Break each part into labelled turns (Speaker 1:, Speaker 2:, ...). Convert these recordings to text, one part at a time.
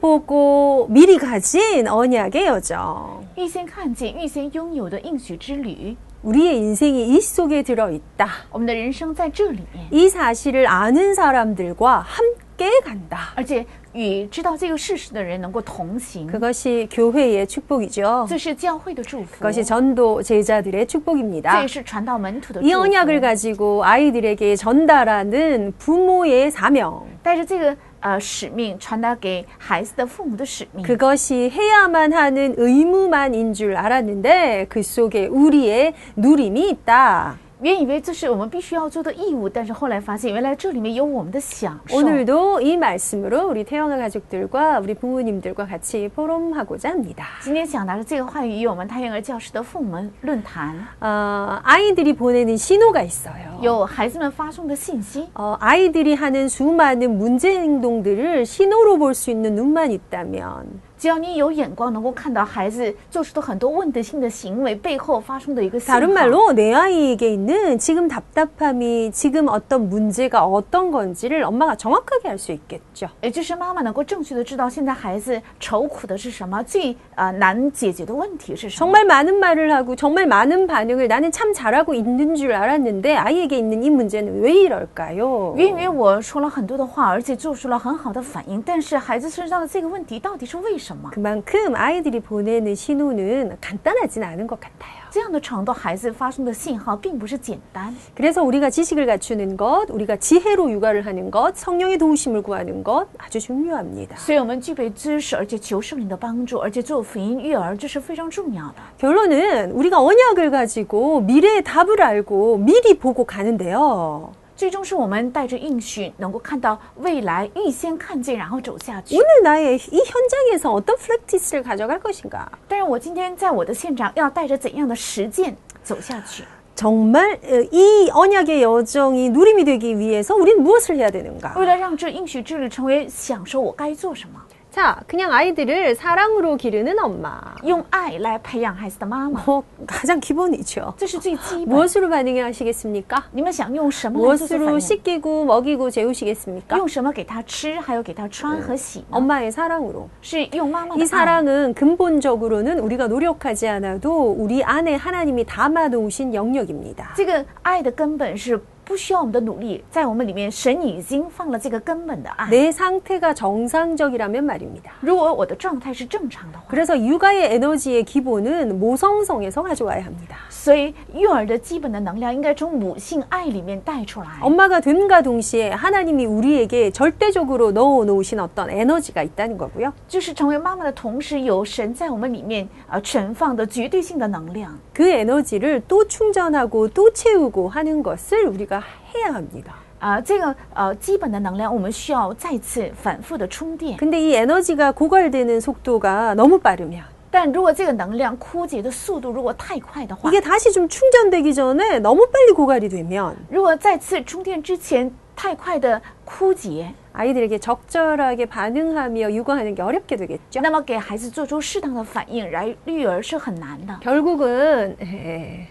Speaker 1: 보고 미리 가진 언약의 여정.
Speaker 2: 预先看见、预先拥有的应许之旅，
Speaker 1: 우리의 인생이 이 속에 들어있다.
Speaker 2: 我们的人生在这里面，
Speaker 1: 이 사실을 아는 사람들과 함께 간다.
Speaker 2: 而且与知道这个事实的人能够同行，
Speaker 1: 그것이 교회의 축복이죠.
Speaker 2: 这是教会的祝福，
Speaker 1: 그것이 전도 제자들의
Speaker 2: 这
Speaker 1: 축복입니다.
Speaker 2: 也是传道门徒的
Speaker 1: 이
Speaker 2: 祝福。
Speaker 1: 언약을 가지고 아이들에게 전달하는 부모의 사명.
Speaker 2: 带着这个呃使命传达给孩子的父母的使命，
Speaker 1: 그것이 해야만 하는 의무만인 줄 알았는데 그 속에 우리의 누림이 있다.
Speaker 2: 原以为这是我们必须要做的义务，但是后来发现，原来这里面有我们的享受。
Speaker 1: 오늘도 이 말씀으로 우리 태영아 가족들과 우리 부모님들과 같이 포럼하고자 합니다.
Speaker 2: 今天想拿着这个话语与我们太原儿教师的父母们论坛，
Speaker 1: 어, 아이들이 보내는 신호가 있어요.
Speaker 2: 有孩子们发送的信息，
Speaker 1: 어, 아이들이 하는 수많은 문제 행동들을 신호로 볼 수 있는 눈만 있다면
Speaker 2: 只要你有眼光，能够看到孩子做出的很多问题性的行为背后发生的一个信
Speaker 1: 다른
Speaker 2: 号。
Speaker 1: 말로 내 아이에게 있는 지금 답답함이 지금 어떤 문제가 어떤 건지를 엄마가 정확하게 알 수 있겠죠.
Speaker 2: 也就是妈妈能够正确的知道现在孩子愁苦的是什么，最呃难解决的问题是什么。
Speaker 1: 정말 많은 말을 하고 정말 많은 반응을 나는 참 잘하고 있는 줄 알았는데 아이에게 있는 이 문제는 왜 이럴까요?
Speaker 2: 因为我说了很多的话，而且做出了很好的反应，但是孩子身上的这个问题到底是为什么？
Speaker 1: 그만큼 아이들이 보내는 신호는 간단하진 않은 것 같아요.
Speaker 2: 这样的程度，孩子发送的信号并不是简单。
Speaker 1: 그래서 우리가 지식을 갖추는 것, 우리가 지혜로 육아를 하는 것, 성령의 도우심을 구하는 것 아주 중요합니다.
Speaker 2: 所以我们具备知识，而且求圣灵的帮助，而且做福音育儿，这是非常重要的。
Speaker 1: 결론은 우리가 언약을 가지고 미래의 답을 알고 미리 보고 가는데요.
Speaker 2: 最终是我们带着应许，能够看到未来，预先看见，然后走下去。
Speaker 1: 오늘 나의 이 현장에서 어떤 플렉티스를 가져갈 것인가?
Speaker 2: 但是我今天在我的现场要带着怎样的实践走下去？
Speaker 1: 정말 어, 이 언약의 여정이 누림이 되기 위해서 우리는 무엇을 해야
Speaker 2: 为
Speaker 1: 되는가?
Speaker 2: 了让这应许之旅成为享受，我该做什么？
Speaker 1: 자, 그냥 아이들을 사랑으로 기르는 엄마.
Speaker 2: 用爱来培养孩子的妈妈，
Speaker 1: 뭐 가장 기본이죠.
Speaker 2: 这是最基本。
Speaker 1: 무엇으로 반응해 하시겠습니까?
Speaker 2: 你们想用什么来做出反
Speaker 1: 무엇으로
Speaker 2: 应？
Speaker 1: 씻기고 먹이고 재우시겠습니까?
Speaker 2: 用什么给他吃，还有给他穿和洗呢？
Speaker 1: 엄마의 사랑으로.
Speaker 2: 是用妈妈
Speaker 1: 이
Speaker 2: 的爱。
Speaker 1: 사랑은 근본적으로는 우리가 노력하지 않아도 우리 안에 하나님이 담아 놓으신 영역입니다.
Speaker 2: 这个爱的根本是不需要我们的努力，在我们里面，神已经放了这个根本的爱。
Speaker 1: 내 상태가 정상적이라면 말입니다.
Speaker 2: 如果我的状态是正常的话，
Speaker 1: 그래서 육아의 에너지의 기본은 모성성에서 가져와야 합니다.
Speaker 2: 所以育儿的基本的能量应该从母性爱里面带出来。
Speaker 1: 엄마가 됨과 동시에 하나님이 우리에게 절대적으로 넣어 놓으신 어떤 에너지가 있다는 거고요.
Speaker 2: 就是成为妈妈的同时，有神在我们里面啊存放的绝对性的能量，
Speaker 1: 그 에너지를 또 충전하고 또 채우고 하는 것을 우리가 해야 합니다.
Speaker 2: 啊，这个呃基本的能量，我们需要再次反复的充电。
Speaker 1: 근데 이 에너지가 고갈되는 속도가 너무 빠르면
Speaker 2: 但如果这个能量枯竭的速度如果太快的话，
Speaker 1: 이게 다시 좀 충전되기 전에 너무 빨리 고갈이 되면
Speaker 2: 如果再次充电之前太快的枯竭，
Speaker 1: 아이들에게 적절하게 반응하며 육아하는 게 어렵게 되겠죠. ，
Speaker 2: 那么给孩子做出适当的反应来育儿是很难的
Speaker 1: 결국은 에,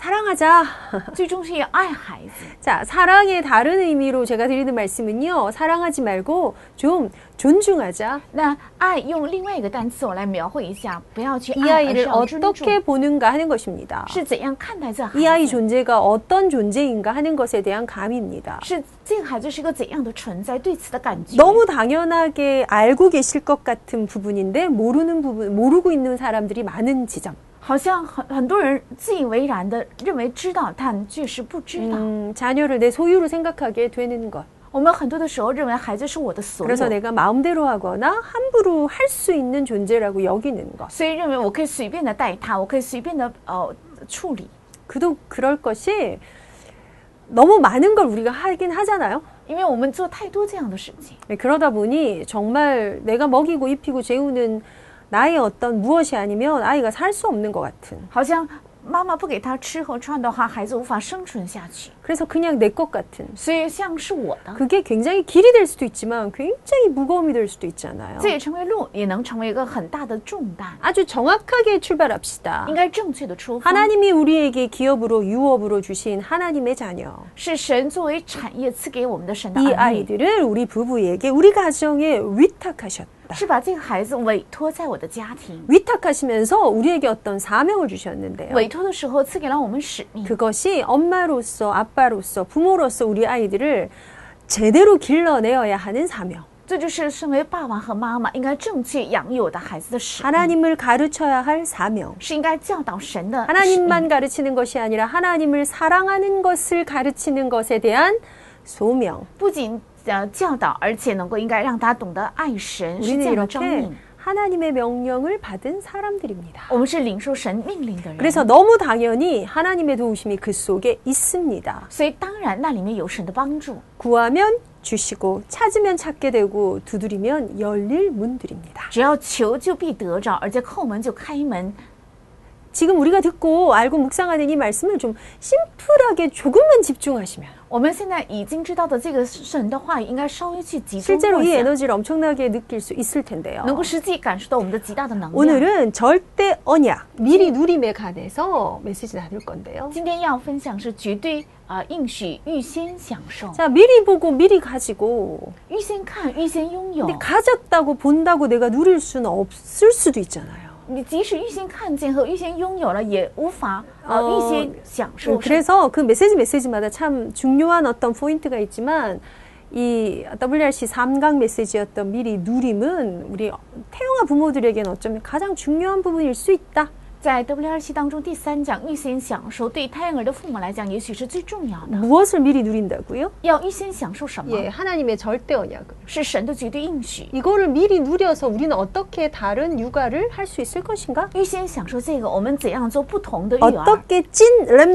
Speaker 1: 사랑하자.
Speaker 2: 最终是要爱孩子。
Speaker 1: 자, 사랑의 다른 의미로 제가 드리는 말씀은요. 사랑하지 말고 좀 존중하자.
Speaker 2: 那爱用另外一个单词我来描绘一下，不要去
Speaker 1: 이
Speaker 2: 爱，而
Speaker 1: 아이를
Speaker 2: 是要尊重。
Speaker 1: 어떻게 보는가 하는 것입니다.
Speaker 2: 是怎样看待这
Speaker 1: 이 아이
Speaker 2: 孩子？
Speaker 1: 존재가 어떤 존재인가 하는 것에 대한 감입니다.
Speaker 2: 是这个孩子是个怎样的存在？对此的感觉，
Speaker 1: 예. 너무 당연하게 알고 계실 것 같은 부분인데 모르는 부분, 모르고 있는 사람들이 많은 지점.
Speaker 2: 好像很很多人自以为然的认为知道，但确实不知道。
Speaker 1: 음, 자녀를 내 소유로 생각하게 되는 것.
Speaker 2: 我们很多的时候认为孩子是我的所
Speaker 1: 그래서
Speaker 2: 有，
Speaker 1: 내가 마음대로 하거나 함부로 할 수 있는 존재라고 여기는 것.
Speaker 2: 所以认为我可以随便的带他，我可以随便的呃处理。
Speaker 1: 그도 그럴 것이 너무 많은 걸 우리가 하긴 하잖아요.
Speaker 2: 因为我们做太多这样的事情，
Speaker 1: 네, 그러다 보니 정말 내가 먹이고 입히고 재우는 나의 어떤 무엇이 아니면 아이가 살 수 없는 것 같은.
Speaker 2: 好像妈妈不给他吃和穿的话，孩子无法生存下去。
Speaker 1: 그래서 그냥 내 것 같은.
Speaker 2: 所以像是我的，
Speaker 1: 그게 굉장히 길이 될 수도 있지만 굉장히 무거움이 될 수도 있잖아요.
Speaker 2: 这也成为路，也能成为一个很大的重担。
Speaker 1: 아주 정확하게 출발합시다.
Speaker 2: 应该正确的出发，
Speaker 1: 하나님이 우리에게 기업으로 유업으로 주신 하나님의 자녀.
Speaker 2: 是神作为产业赐给我们的神的
Speaker 1: 이
Speaker 2: 儿女。
Speaker 1: 아이들을 우리 부부에게 우리 가정에 위탁하셨다. 주셨다.
Speaker 2: 是把这个孩子委托在我的家庭。
Speaker 1: 위탁하시면서 우리에게 어떤 사명을 주셨는데요.
Speaker 2: 委托的时候赐给了我们使命，
Speaker 1: 그것이 엄마로서, 아빠로서, 부모로서 우리 아이들을 제대로 길러내어야 하는 사명.
Speaker 2: 这就是身为爸爸和妈妈应该正确养有的孩子的使命，
Speaker 1: 하나님을 가르쳐야 할 사명.
Speaker 2: 是应该教导神的使命。
Speaker 1: 하나님만 가르치는 것이 아니라 하나님을 사랑하는 것을 가르치는 것에 대한 소명.
Speaker 2: 不仅呃教导，而且能够应该让他懂得爱神，是这
Speaker 1: 우리는
Speaker 2: 样的照
Speaker 1: 이렇게
Speaker 2: 应。
Speaker 1: 하나님의 명령을 받은 사람들입니다.
Speaker 2: 我们是领受神命令的人，
Speaker 1: 그래서 너무 당연히 하나님의 도우심이 그 속에 있습니다.
Speaker 2: 所以当然那里面有神的帮助。
Speaker 1: 구하면 주시고 찾으면 찾게 되고 두드리면 열릴 문들입니다.
Speaker 2: 只要求就必得着，而且叩门就开门。
Speaker 1: 지금 우리가 듣고 알고 묵상하는 이 말씀을 좀 심플하게 조금만 집중하시면
Speaker 2: 我们现在已经知道的这个神的话语，应该稍微去集中
Speaker 1: 실제로
Speaker 2: 默
Speaker 1: 이
Speaker 2: 想，
Speaker 1: 에너지를 엄청나게 느낄 수 있을 텐데요.
Speaker 2: 能够实际感受到我们的极大的能量。
Speaker 1: 오늘은 절대 언약, 미리 누림에 관해서 메시지 나눌 건데요.
Speaker 2: 今天要分享是绝对啊、呃应许预先享受，
Speaker 1: 자, 미리 보고 미리 가지고
Speaker 2: 预先看，预先拥有
Speaker 1: 근데 。 가졌다고 본다고 내가 누릴 수는 없을 수도 있잖아요.
Speaker 2: 你即使预先看见和预先拥有了，也无法啊、呃
Speaker 1: 哦
Speaker 2: 预先享受。
Speaker 1: 그래서 그 메시지 메시지마다 참 중요한 어떤 포인트가 있지만 이 WRC 3강 메시지였던 미리 누림은 우리 태영아 부모들에게는 어쩌면 가장 중요한 부분일 수 있다.
Speaker 2: 在 WRC 当中第三讲预先享受，对胎儿的父母来讲，也许是最重要的。
Speaker 1: 무엇을 미리 누린다고요?
Speaker 2: 要预先享受什么？
Speaker 1: 아. 예, 하나님의 절대 언약을.
Speaker 2: 是神的绝对应许。
Speaker 1: 이거를 미리 누려서 우리는 어떻게 다른 육아를 할 수 있을 것인가?
Speaker 2: 预先享受这个，我们怎样做不同的育儿？
Speaker 1: 아, 어떻게 찐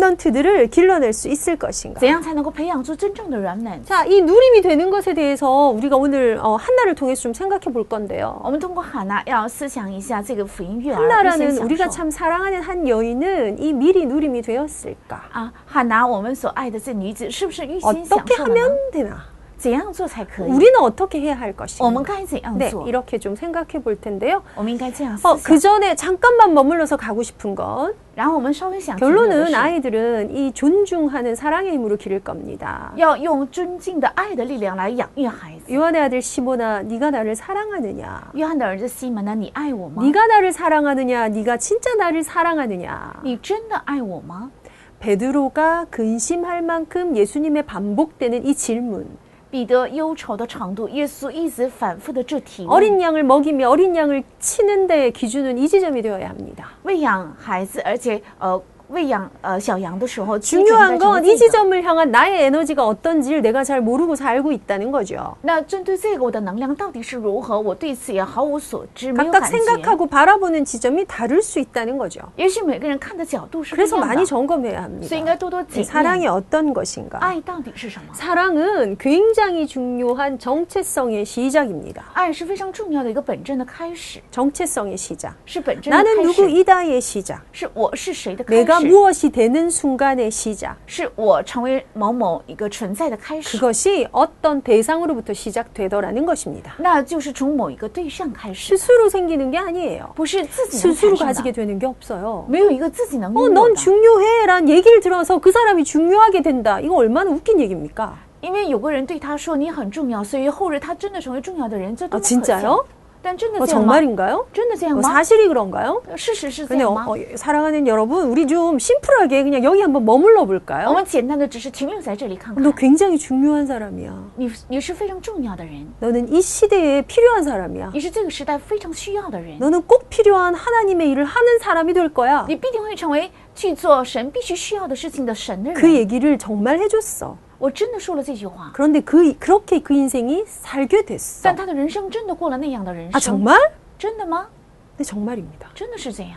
Speaker 1: 랩넌트들을 길러낼 수 있을 것인가?
Speaker 2: 怎样才能够培养出真正的软嫩？
Speaker 1: 자, 이 누림이 되는 것에 대해서 우리가 오늘 어, 한나를 통해서 좀 생각해 볼 건데요.
Speaker 2: 我们通过哈娜要思想一下这个福音育儿。预先
Speaker 1: 한나라는
Speaker 2: 享
Speaker 1: 우리가
Speaker 2: 受
Speaker 1: 참 사랑하는 한 여인은 이 미리 누림이 되었을까?
Speaker 2: 啊，哈娜，我们所爱的这女子哦是不是预先享
Speaker 1: 어떻게
Speaker 2: 受了呢？
Speaker 1: 하면 되나?
Speaker 2: 怎样做才可以？
Speaker 1: 우리는 네. 어떻게 해야 할
Speaker 2: 我
Speaker 1: 것인가?
Speaker 2: 们该怎样
Speaker 1: 네,
Speaker 2: 做？
Speaker 1: 이렇게 좀 생각해 볼 텐데요.
Speaker 2: 我们应该这样思
Speaker 1: 어,
Speaker 2: 想
Speaker 1: 그 전에 잠깐만 머물러서 가고 싶은 건
Speaker 2: 然后我们稍微想停留的
Speaker 1: 결론은
Speaker 2: 是
Speaker 1: 아이들은 이 존중하는 사랑의 힘으로 기를 겁니다.
Speaker 2: 要用尊敬的爱的力量来养育孩子。
Speaker 1: 요한의 아들 시모나 네가 나를 사랑하느냐?
Speaker 2: 约翰的儿子西门呢？你爱我吗？
Speaker 1: 네가 나를 사랑하느냐? 네가 진짜 나를 사랑하느냐?
Speaker 2: 你真的爱我吗？
Speaker 1: 베드로가 근심할 만큼 예수님의 반복되는 이 질문.
Speaker 2: 彼得忧愁的程度，耶稣一直反复的这提问。
Speaker 1: 어린 양을 먹이며 어린 양을 치는 데 기준은 이 지점이 되어야 합니다.
Speaker 2: 喂养孩子，而且呃喂养呃小羊的时候，基准应
Speaker 1: 중요한
Speaker 2: 该成
Speaker 1: 건
Speaker 2: 为
Speaker 1: 이
Speaker 2: 这个
Speaker 1: 지점을 향한 나의 에너지가 어떤지를 내가 잘 모르고 살고 있다는 거죠.
Speaker 2: 那针对这个，我的能量到底是如何？我对此也毫无所知，没有
Speaker 1: 각각
Speaker 2: 感觉。
Speaker 1: 생각하고 바라보는 지점이 다를 수 있다는 거죠.
Speaker 2: 也许每个人看的角度是不一
Speaker 1: 그래서
Speaker 2: 样
Speaker 1: 많이
Speaker 2: 的，
Speaker 1: 점검해야
Speaker 2: 所以应该
Speaker 1: 합니다.
Speaker 2: 多多
Speaker 1: 이
Speaker 2: 检
Speaker 1: 사랑이
Speaker 2: 验
Speaker 1: 어떤 것인가?
Speaker 2: 爱到底是什么。
Speaker 1: 사랑은 굉장히 중요한 정체성의 시작입니다.
Speaker 2: 爱是非常重要的一个本真的开始，
Speaker 1: 정체성의 시작.
Speaker 2: 是本真的
Speaker 1: 나는
Speaker 2: 开始，
Speaker 1: 누구이다의 시작.
Speaker 2: 是我是谁的开
Speaker 1: 내가
Speaker 2: 始，
Speaker 1: 무엇이 되는 순간의 시작.
Speaker 2: 是我成为某某一个存在的开始，
Speaker 1: 그것이 어떤 대상으로부터 시작되더라는 것입니다.
Speaker 2: 那就是从某一个对象开始，
Speaker 1: 스스로 생기는 게 아니에요.
Speaker 2: 不是自己能
Speaker 1: 스스로
Speaker 2: 产生
Speaker 1: 가지게
Speaker 2: 的，
Speaker 1: 되는 게 없어요.
Speaker 2: 没有一个自己能拥
Speaker 1: 어,
Speaker 2: 有
Speaker 1: 넌
Speaker 2: 的。
Speaker 1: 중요해. 란 얘기를 들어서 그 사람이 중요하게 된다. 이거 얼마나 웃긴 얘기입니까? 어,
Speaker 2: 因为有个人对他说你很重要，所以后日他真的成为重要的人，这多
Speaker 1: 啊
Speaker 2: 么可
Speaker 1: 진짜요
Speaker 2: 笑！但真的
Speaker 1: 어,
Speaker 2: 这样吗？
Speaker 1: 정말인가요?
Speaker 2: 真的这样
Speaker 1: 어,
Speaker 2: 吗？
Speaker 1: 사실이 그런가요?
Speaker 2: 事实是这
Speaker 1: 근데
Speaker 2: 样
Speaker 1: 어,
Speaker 2: 吗？
Speaker 1: 어, 사랑하는 여러분, 우리 좀 심플하게 그냥 여기 한번 머물러
Speaker 2: 我
Speaker 1: 볼까요?
Speaker 2: 们简单的只是停留在这里看看
Speaker 1: 너 。 굉장히 중요한 사람이야.
Speaker 2: 你你是非常重要的人，
Speaker 1: 너는 이 시대에 필요한 사람이야.
Speaker 2: 你是这个时代非常需要的人，
Speaker 1: 너는 꼭 필요한 하나님의 일을 하는 사람이 될 거야.
Speaker 2: 你必定会成为去做神必须需要的事情的神的
Speaker 1: 그
Speaker 2: 人。
Speaker 1: 얘기를 정말 해줬어.
Speaker 2: 我真的说了这句话，
Speaker 1: 그런데 그 그렇게 그 인생이 살게 됐어.
Speaker 2: 但他的人生真的过了那样的人
Speaker 1: 아
Speaker 2: 生，
Speaker 1: 정말?
Speaker 2: 真的吗？
Speaker 1: 네 정말입니다.
Speaker 2: 真的是这样。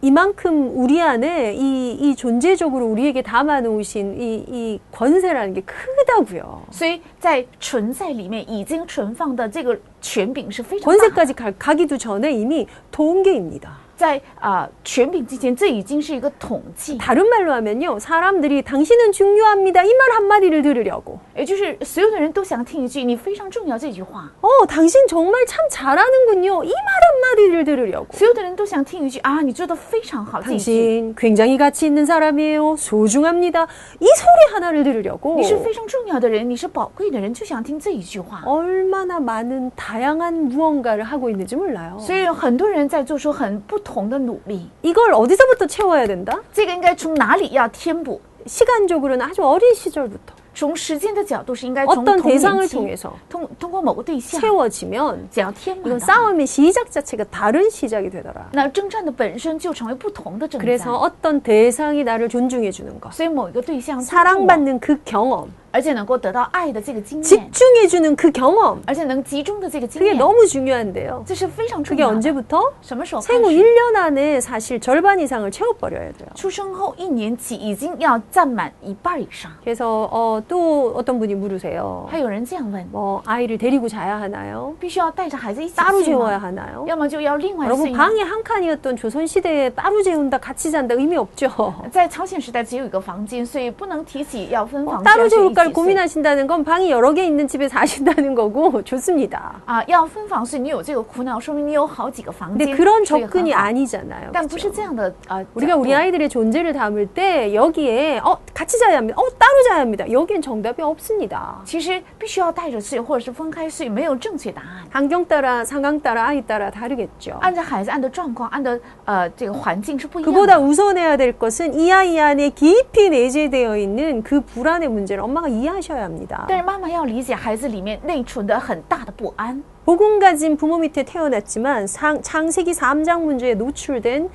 Speaker 1: 이만큼 우리 안에 이, 이 존재적으로 우리에게 담아놓으신 이, 이 권세라는 게 크다고요.
Speaker 2: 所以在存在里面已经存放的这个权柄是非常大的。
Speaker 1: 권세까지 가, 가기도 전에 이미 도운 게입니다.
Speaker 2: 在啊、权柄之前，这已经是一个统计，
Speaker 1: 다른 말로 하면요. 사람들이 당신은 중요합니다. 이 말 한마디를 들으려고.
Speaker 2: 也就是所有的人都想听一句“你非常重要”这句话，
Speaker 1: 어, 당신 정말 참 잘하는군요. 이 말 한마디를 들으려고.
Speaker 2: 所有的人都想听一句“啊，你做的非常好”这一句，
Speaker 1: 당신 굉장히 가치 있는 사람이에요. 소중합니다. 이 소리 하나를 들으려고.
Speaker 2: 你是非常重要的人，你是宝贵的人，就想听这一句话。
Speaker 1: 얼마나 많은 다양한 무언가를 하고 있는지 몰라요.
Speaker 2: 所以很多人在做出很不同的努力，
Speaker 1: 이걸 어디서부터 채워야 된다?
Speaker 2: 这个应该从哪里要填补？
Speaker 1: 시간적으로는 아주 어린 시절부터
Speaker 2: 从时间的角度是应该从
Speaker 1: 어떤
Speaker 2: 童年
Speaker 1: 대상을
Speaker 2: 期
Speaker 1: 통해서
Speaker 2: 通通过某个对象
Speaker 1: 채워지면
Speaker 2: 想要填满
Speaker 1: 이건
Speaker 2: 的话，
Speaker 1: 싸움의 시작 자체가 다른 시작이 되더라.
Speaker 2: 那征战的本身就成为不同的征
Speaker 1: 그래서
Speaker 2: 战。
Speaker 1: 어떤 대상이 나를 존중해 주는 것,
Speaker 2: 所以某一个对象尊重我
Speaker 1: 사랑받는 그 경험,
Speaker 2: 而且能够得到爱的这个
Speaker 1: 네.
Speaker 2: 经验，
Speaker 1: 집중해 주는 그 경험,
Speaker 2: 而且能集中的这个经
Speaker 1: 그게
Speaker 2: 验，
Speaker 1: 너무 네. 중요한데요.
Speaker 2: 这是非常重
Speaker 1: 그게
Speaker 2: 要的。
Speaker 1: 언제부터?
Speaker 2: 什么时候开
Speaker 1: 생후
Speaker 2: 始？
Speaker 1: 1년 안에 사실 절반 이상을 채워버려야 돼요.
Speaker 2: 出生后一年起已经要占满一半以上。
Speaker 1: 그래서 어, 또 어떤 분이 물으세요.
Speaker 2: 还有人这样问：
Speaker 1: 뭐 아이를 데리고 자야 하나요?
Speaker 2: 必须要带着孩子一起
Speaker 1: 따로
Speaker 2: 睡吗
Speaker 1: 재워야 하나요?
Speaker 2: 要么就要另外
Speaker 1: 여러분
Speaker 2: 睡吗？
Speaker 1: 방이 한 칸이었던 조선 시대에 따로 재운다 같이 잔다 의미 없죠.
Speaker 2: 在朝鲜时代只有一个房间，所以不能提起要分房
Speaker 1: 따로
Speaker 2: 间睡一
Speaker 1: 재울까를
Speaker 2: 起睡
Speaker 1: 고민하신다는 건 방이 여러 개 있는 집에 사신다는 거고 좋습니다.
Speaker 2: 啊。要分房睡，你有这个苦恼，说明你有好几个房
Speaker 1: 근데
Speaker 2: 间。
Speaker 1: 그런
Speaker 2: 这个很
Speaker 1: 접근이
Speaker 2: 好
Speaker 1: 아니잖아요.
Speaker 2: 但
Speaker 1: 그죠?
Speaker 2: 不是这样的啊。
Speaker 1: 우리가
Speaker 2: 角度
Speaker 1: 우리 아이들의 존재를 담을 때 여기에 어 같이 자야 합니다. 어 따로 자야 합니다. 여기엔 정답이 없습니다.
Speaker 2: 其实必须要带着睡，或者是分开睡，没有正确答案。
Speaker 1: 환경 따라 상황 따라 아이 따라 다르겠죠.
Speaker 2: 按照孩子按的状况，按的呃这个环境是不一样
Speaker 1: 그보다
Speaker 2: 的。
Speaker 1: 우선해야 될 것은 이 아이 안에 깊이 내재되어 있는 그 불안의 문제를 엄마가 이해하셔야 합니다.
Speaker 2: 但是妈妈要理解孩子里面内存的很大的不安。
Speaker 1: 복음 가진 부모 밑에 태어났지만 상- 창세기 3장 문제에 노출된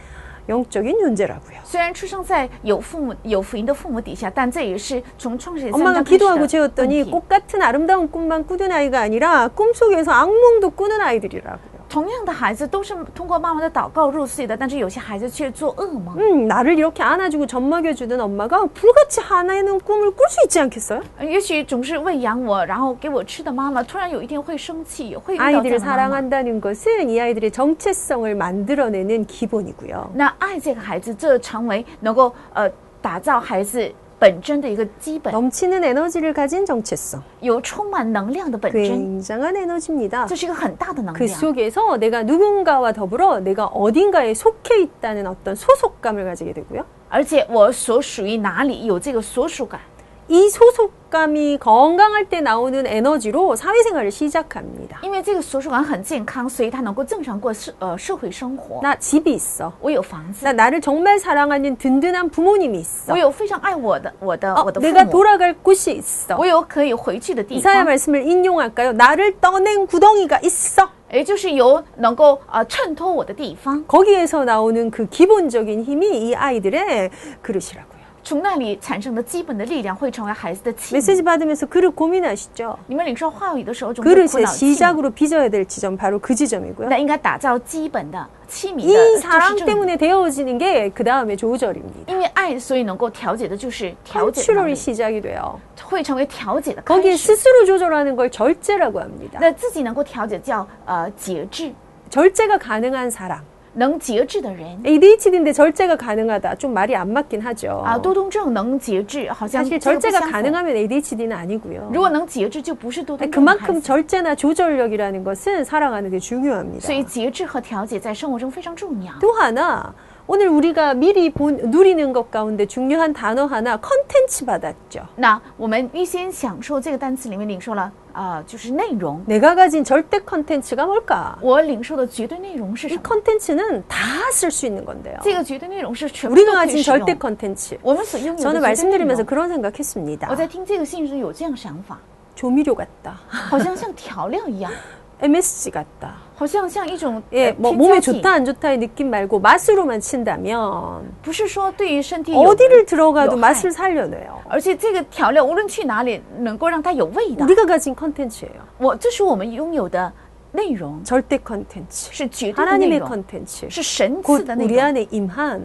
Speaker 1: 영적인 존재라고요.
Speaker 2: 虽然出生在有父母有福音的父母底下，但这也是从创始人
Speaker 1: 엄마가
Speaker 2: 三章开始的
Speaker 1: 기도하고 재웠더니
Speaker 2: 问题
Speaker 1: 꽃 같은 아름다운 꿈만 꾸는 아이가 아니라 꿈속에서 악몽도 꾸는 아이들이라고요.
Speaker 2: 同样的孩子都是通过妈妈的祷告入睡的，但是有些孩子却做噩梦。
Speaker 1: 음, 나를 이렇게 안아주고 젖먹여주는 엄마가 불같이 하나에는 꿈을 꿀 수 있지 않겠어요?
Speaker 2: 呃也许总是喂养我，然后给我吃的妈妈，突然有一天会生气，也会遇到这样
Speaker 1: 아이들을
Speaker 2: 的妈妈。
Speaker 1: 사랑한다는 것은 이 아이들의 정체성을 만들어내는 기본이고요.
Speaker 2: 那爱这个孩子，这成为能够呃打造孩子本真的一个基本，
Speaker 1: 네. 넘치는 에너지를 가진 정체성.
Speaker 2: 有充满能量的本真，
Speaker 1: 굉장한 에너지입니다.
Speaker 2: 这是一个很大的能
Speaker 1: 그
Speaker 2: 量。
Speaker 1: 속에서 내가 누군가와 더불어 내가 어딘가에 속해 있다는 어떤 소속감을 가지게 되고요.
Speaker 2: 而且我所属于哪里有这个所属感，
Speaker 1: 이 소속감이 건강할 때 나오는 에너지로 사회생활을 시작합니다.
Speaker 2: 因为这个所属感很健康，所以他能够正常过社呃社会生活。
Speaker 1: 나 집이 있어.
Speaker 2: 我有房子，
Speaker 1: 나 나를 정말 사랑하는 든든한 부모님이 있어.
Speaker 2: 我有非常爱我的我的、
Speaker 1: 어,
Speaker 2: 哦我的父
Speaker 1: 내가
Speaker 2: 母，
Speaker 1: 돌아갈 곳이 있어.
Speaker 2: 我有可以回去的地
Speaker 1: 이사야
Speaker 2: 方，
Speaker 1: 말씀을 인용할까요? 나를 떠낸 구덩이가 있어.
Speaker 2: 也就是有能够呃衬托我的地方，
Speaker 1: 거기에서 나오는 그 기본적인 힘이 이 아이들의 그릇이라고요.
Speaker 2: 从那里产生的基本的力量会成为孩子的气。
Speaker 1: 메시지 받으면서 그릇 고민하시죠?
Speaker 2: 你们领受话语的时候总会苦
Speaker 1: 그릇의
Speaker 2: 恼器皿，
Speaker 1: 시작으로 빚어야 될 지점 바로 그 지점이고요.
Speaker 2: 那应该打造基本的器皿
Speaker 1: 이
Speaker 2: 的就
Speaker 1: 사랑
Speaker 2: 是正。
Speaker 1: 때문에 되어지는 게 그 다음에 네, 조절입니다.
Speaker 2: 因为爱，所以能够调节的就是调节的能
Speaker 1: 컨트롤이
Speaker 2: 力，
Speaker 1: 시작이 돼요.
Speaker 2: 会成为调节的开
Speaker 1: 거기에
Speaker 2: 始。
Speaker 1: 스스로 조절하는 걸 절제라고 합니다.
Speaker 2: 那自己能够调节叫呃节制，
Speaker 1: 절제가 가능한 사람.
Speaker 2: 能节制的
Speaker 1: 哎
Speaker 2: 人
Speaker 1: ADHD인데 절제가 가능하다. 좀 말이 안 맞긴 하죠.
Speaker 2: 啊，多动症能节制，好像
Speaker 1: 사실
Speaker 2: 这个不
Speaker 1: 절제가
Speaker 2: 相符
Speaker 1: 가능하면 ADHD는 아니고요.
Speaker 2: 如果能节制，就不是多动
Speaker 1: 아니,
Speaker 2: 症的孩
Speaker 1: 哎 그만큼
Speaker 2: 子
Speaker 1: 절제나 조절력이라는 것은 사랑하는 게 중요합니다.
Speaker 2: 所以节制和调节在生活中非常重要。
Speaker 1: 또 하나 오늘 우리가 미리 본, 누리는 것 가운데 중요한 단어 하나 컨텐츠 받았죠.
Speaker 2: 那我们预先享受这个单词里面领受了啊、呃就是内容。
Speaker 1: 내가 가진 절대 컨텐츠가 뭘까?
Speaker 2: 我领受的绝对内容是
Speaker 1: 이
Speaker 2: 什么？
Speaker 1: 컨텐츠는 다 쓸 수 있는 건데요.
Speaker 2: 这个绝对内容是全部都
Speaker 1: 우리가
Speaker 2: 可以
Speaker 1: 가진
Speaker 2: 使
Speaker 1: 절대
Speaker 2: 用。
Speaker 1: 컨텐츠.
Speaker 2: 我们所拥有的
Speaker 1: 저는
Speaker 2: 绝对内
Speaker 1: 말씀드리면서
Speaker 2: 容，
Speaker 1: 그런 생각했습니다.
Speaker 2: 我在听这个信时有这样想法，
Speaker 1: 조미료 같다.
Speaker 2: 好像像调料一样，
Speaker 1: MSG 같다.
Speaker 2: 好像像一 种呃
Speaker 1: 예, 뭐
Speaker 2: 添
Speaker 1: 몸에
Speaker 2: 加剂
Speaker 1: 좋다 안 좋다의 느낌 말고 맛으로만 친다면
Speaker 2: 不是说哦对于身体有
Speaker 1: 어디를 들어가도
Speaker 2: 有害
Speaker 1: 맛을 살려내요.
Speaker 2: 而且这个调料无论去哪里，能够让它有味道。
Speaker 1: 우리가 가진 컨텐츠예요.
Speaker 2: 我这是我们拥有的内容，
Speaker 1: 절대 컨텐츠. 아,
Speaker 2: 是绝对的内
Speaker 1: 하나님의
Speaker 2: 容，
Speaker 1: 컨텐츠.
Speaker 2: 是神
Speaker 1: 곧
Speaker 2: 赐的内
Speaker 1: 우리
Speaker 2: 容，
Speaker 1: 안에 임한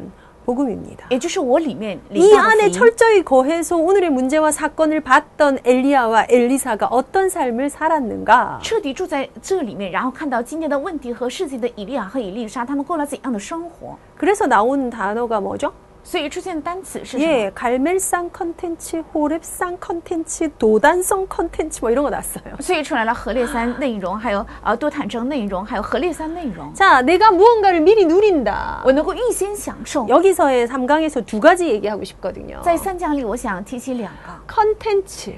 Speaker 1: 복음입니다.
Speaker 2: 也就是我里面领
Speaker 1: 이
Speaker 2: 到的
Speaker 1: 안에
Speaker 2: 福音。
Speaker 1: 철저히 거해서 오늘의 문제와 사건을 봤던 엘리야와 엘리사가 어떤 삶을 살았는가?
Speaker 2: 彻底住在这里面，然后看到今天的问题和事情的以利亚和以利沙，他们过了怎样的生活？
Speaker 1: 그래서 나온 단어가 뭐죠?
Speaker 2: 所以出现单词是什么？
Speaker 1: 예, 갈멜산 컨텐츠, 호랩산 컨텐츠, 도단성 컨텐츠 뭐 이런 거 났어요.
Speaker 2: 所以出来了河列山内容，还有呃多坦城内容，还有河列山内容。
Speaker 1: 자, 내가 무언가를 미리 누린다.
Speaker 2: 我能够预先享受。
Speaker 1: 여기서의 삼강에서두 가지 얘기하고 싶거든요.
Speaker 2: 在三讲里，我想提起两个
Speaker 1: 컨텐츠.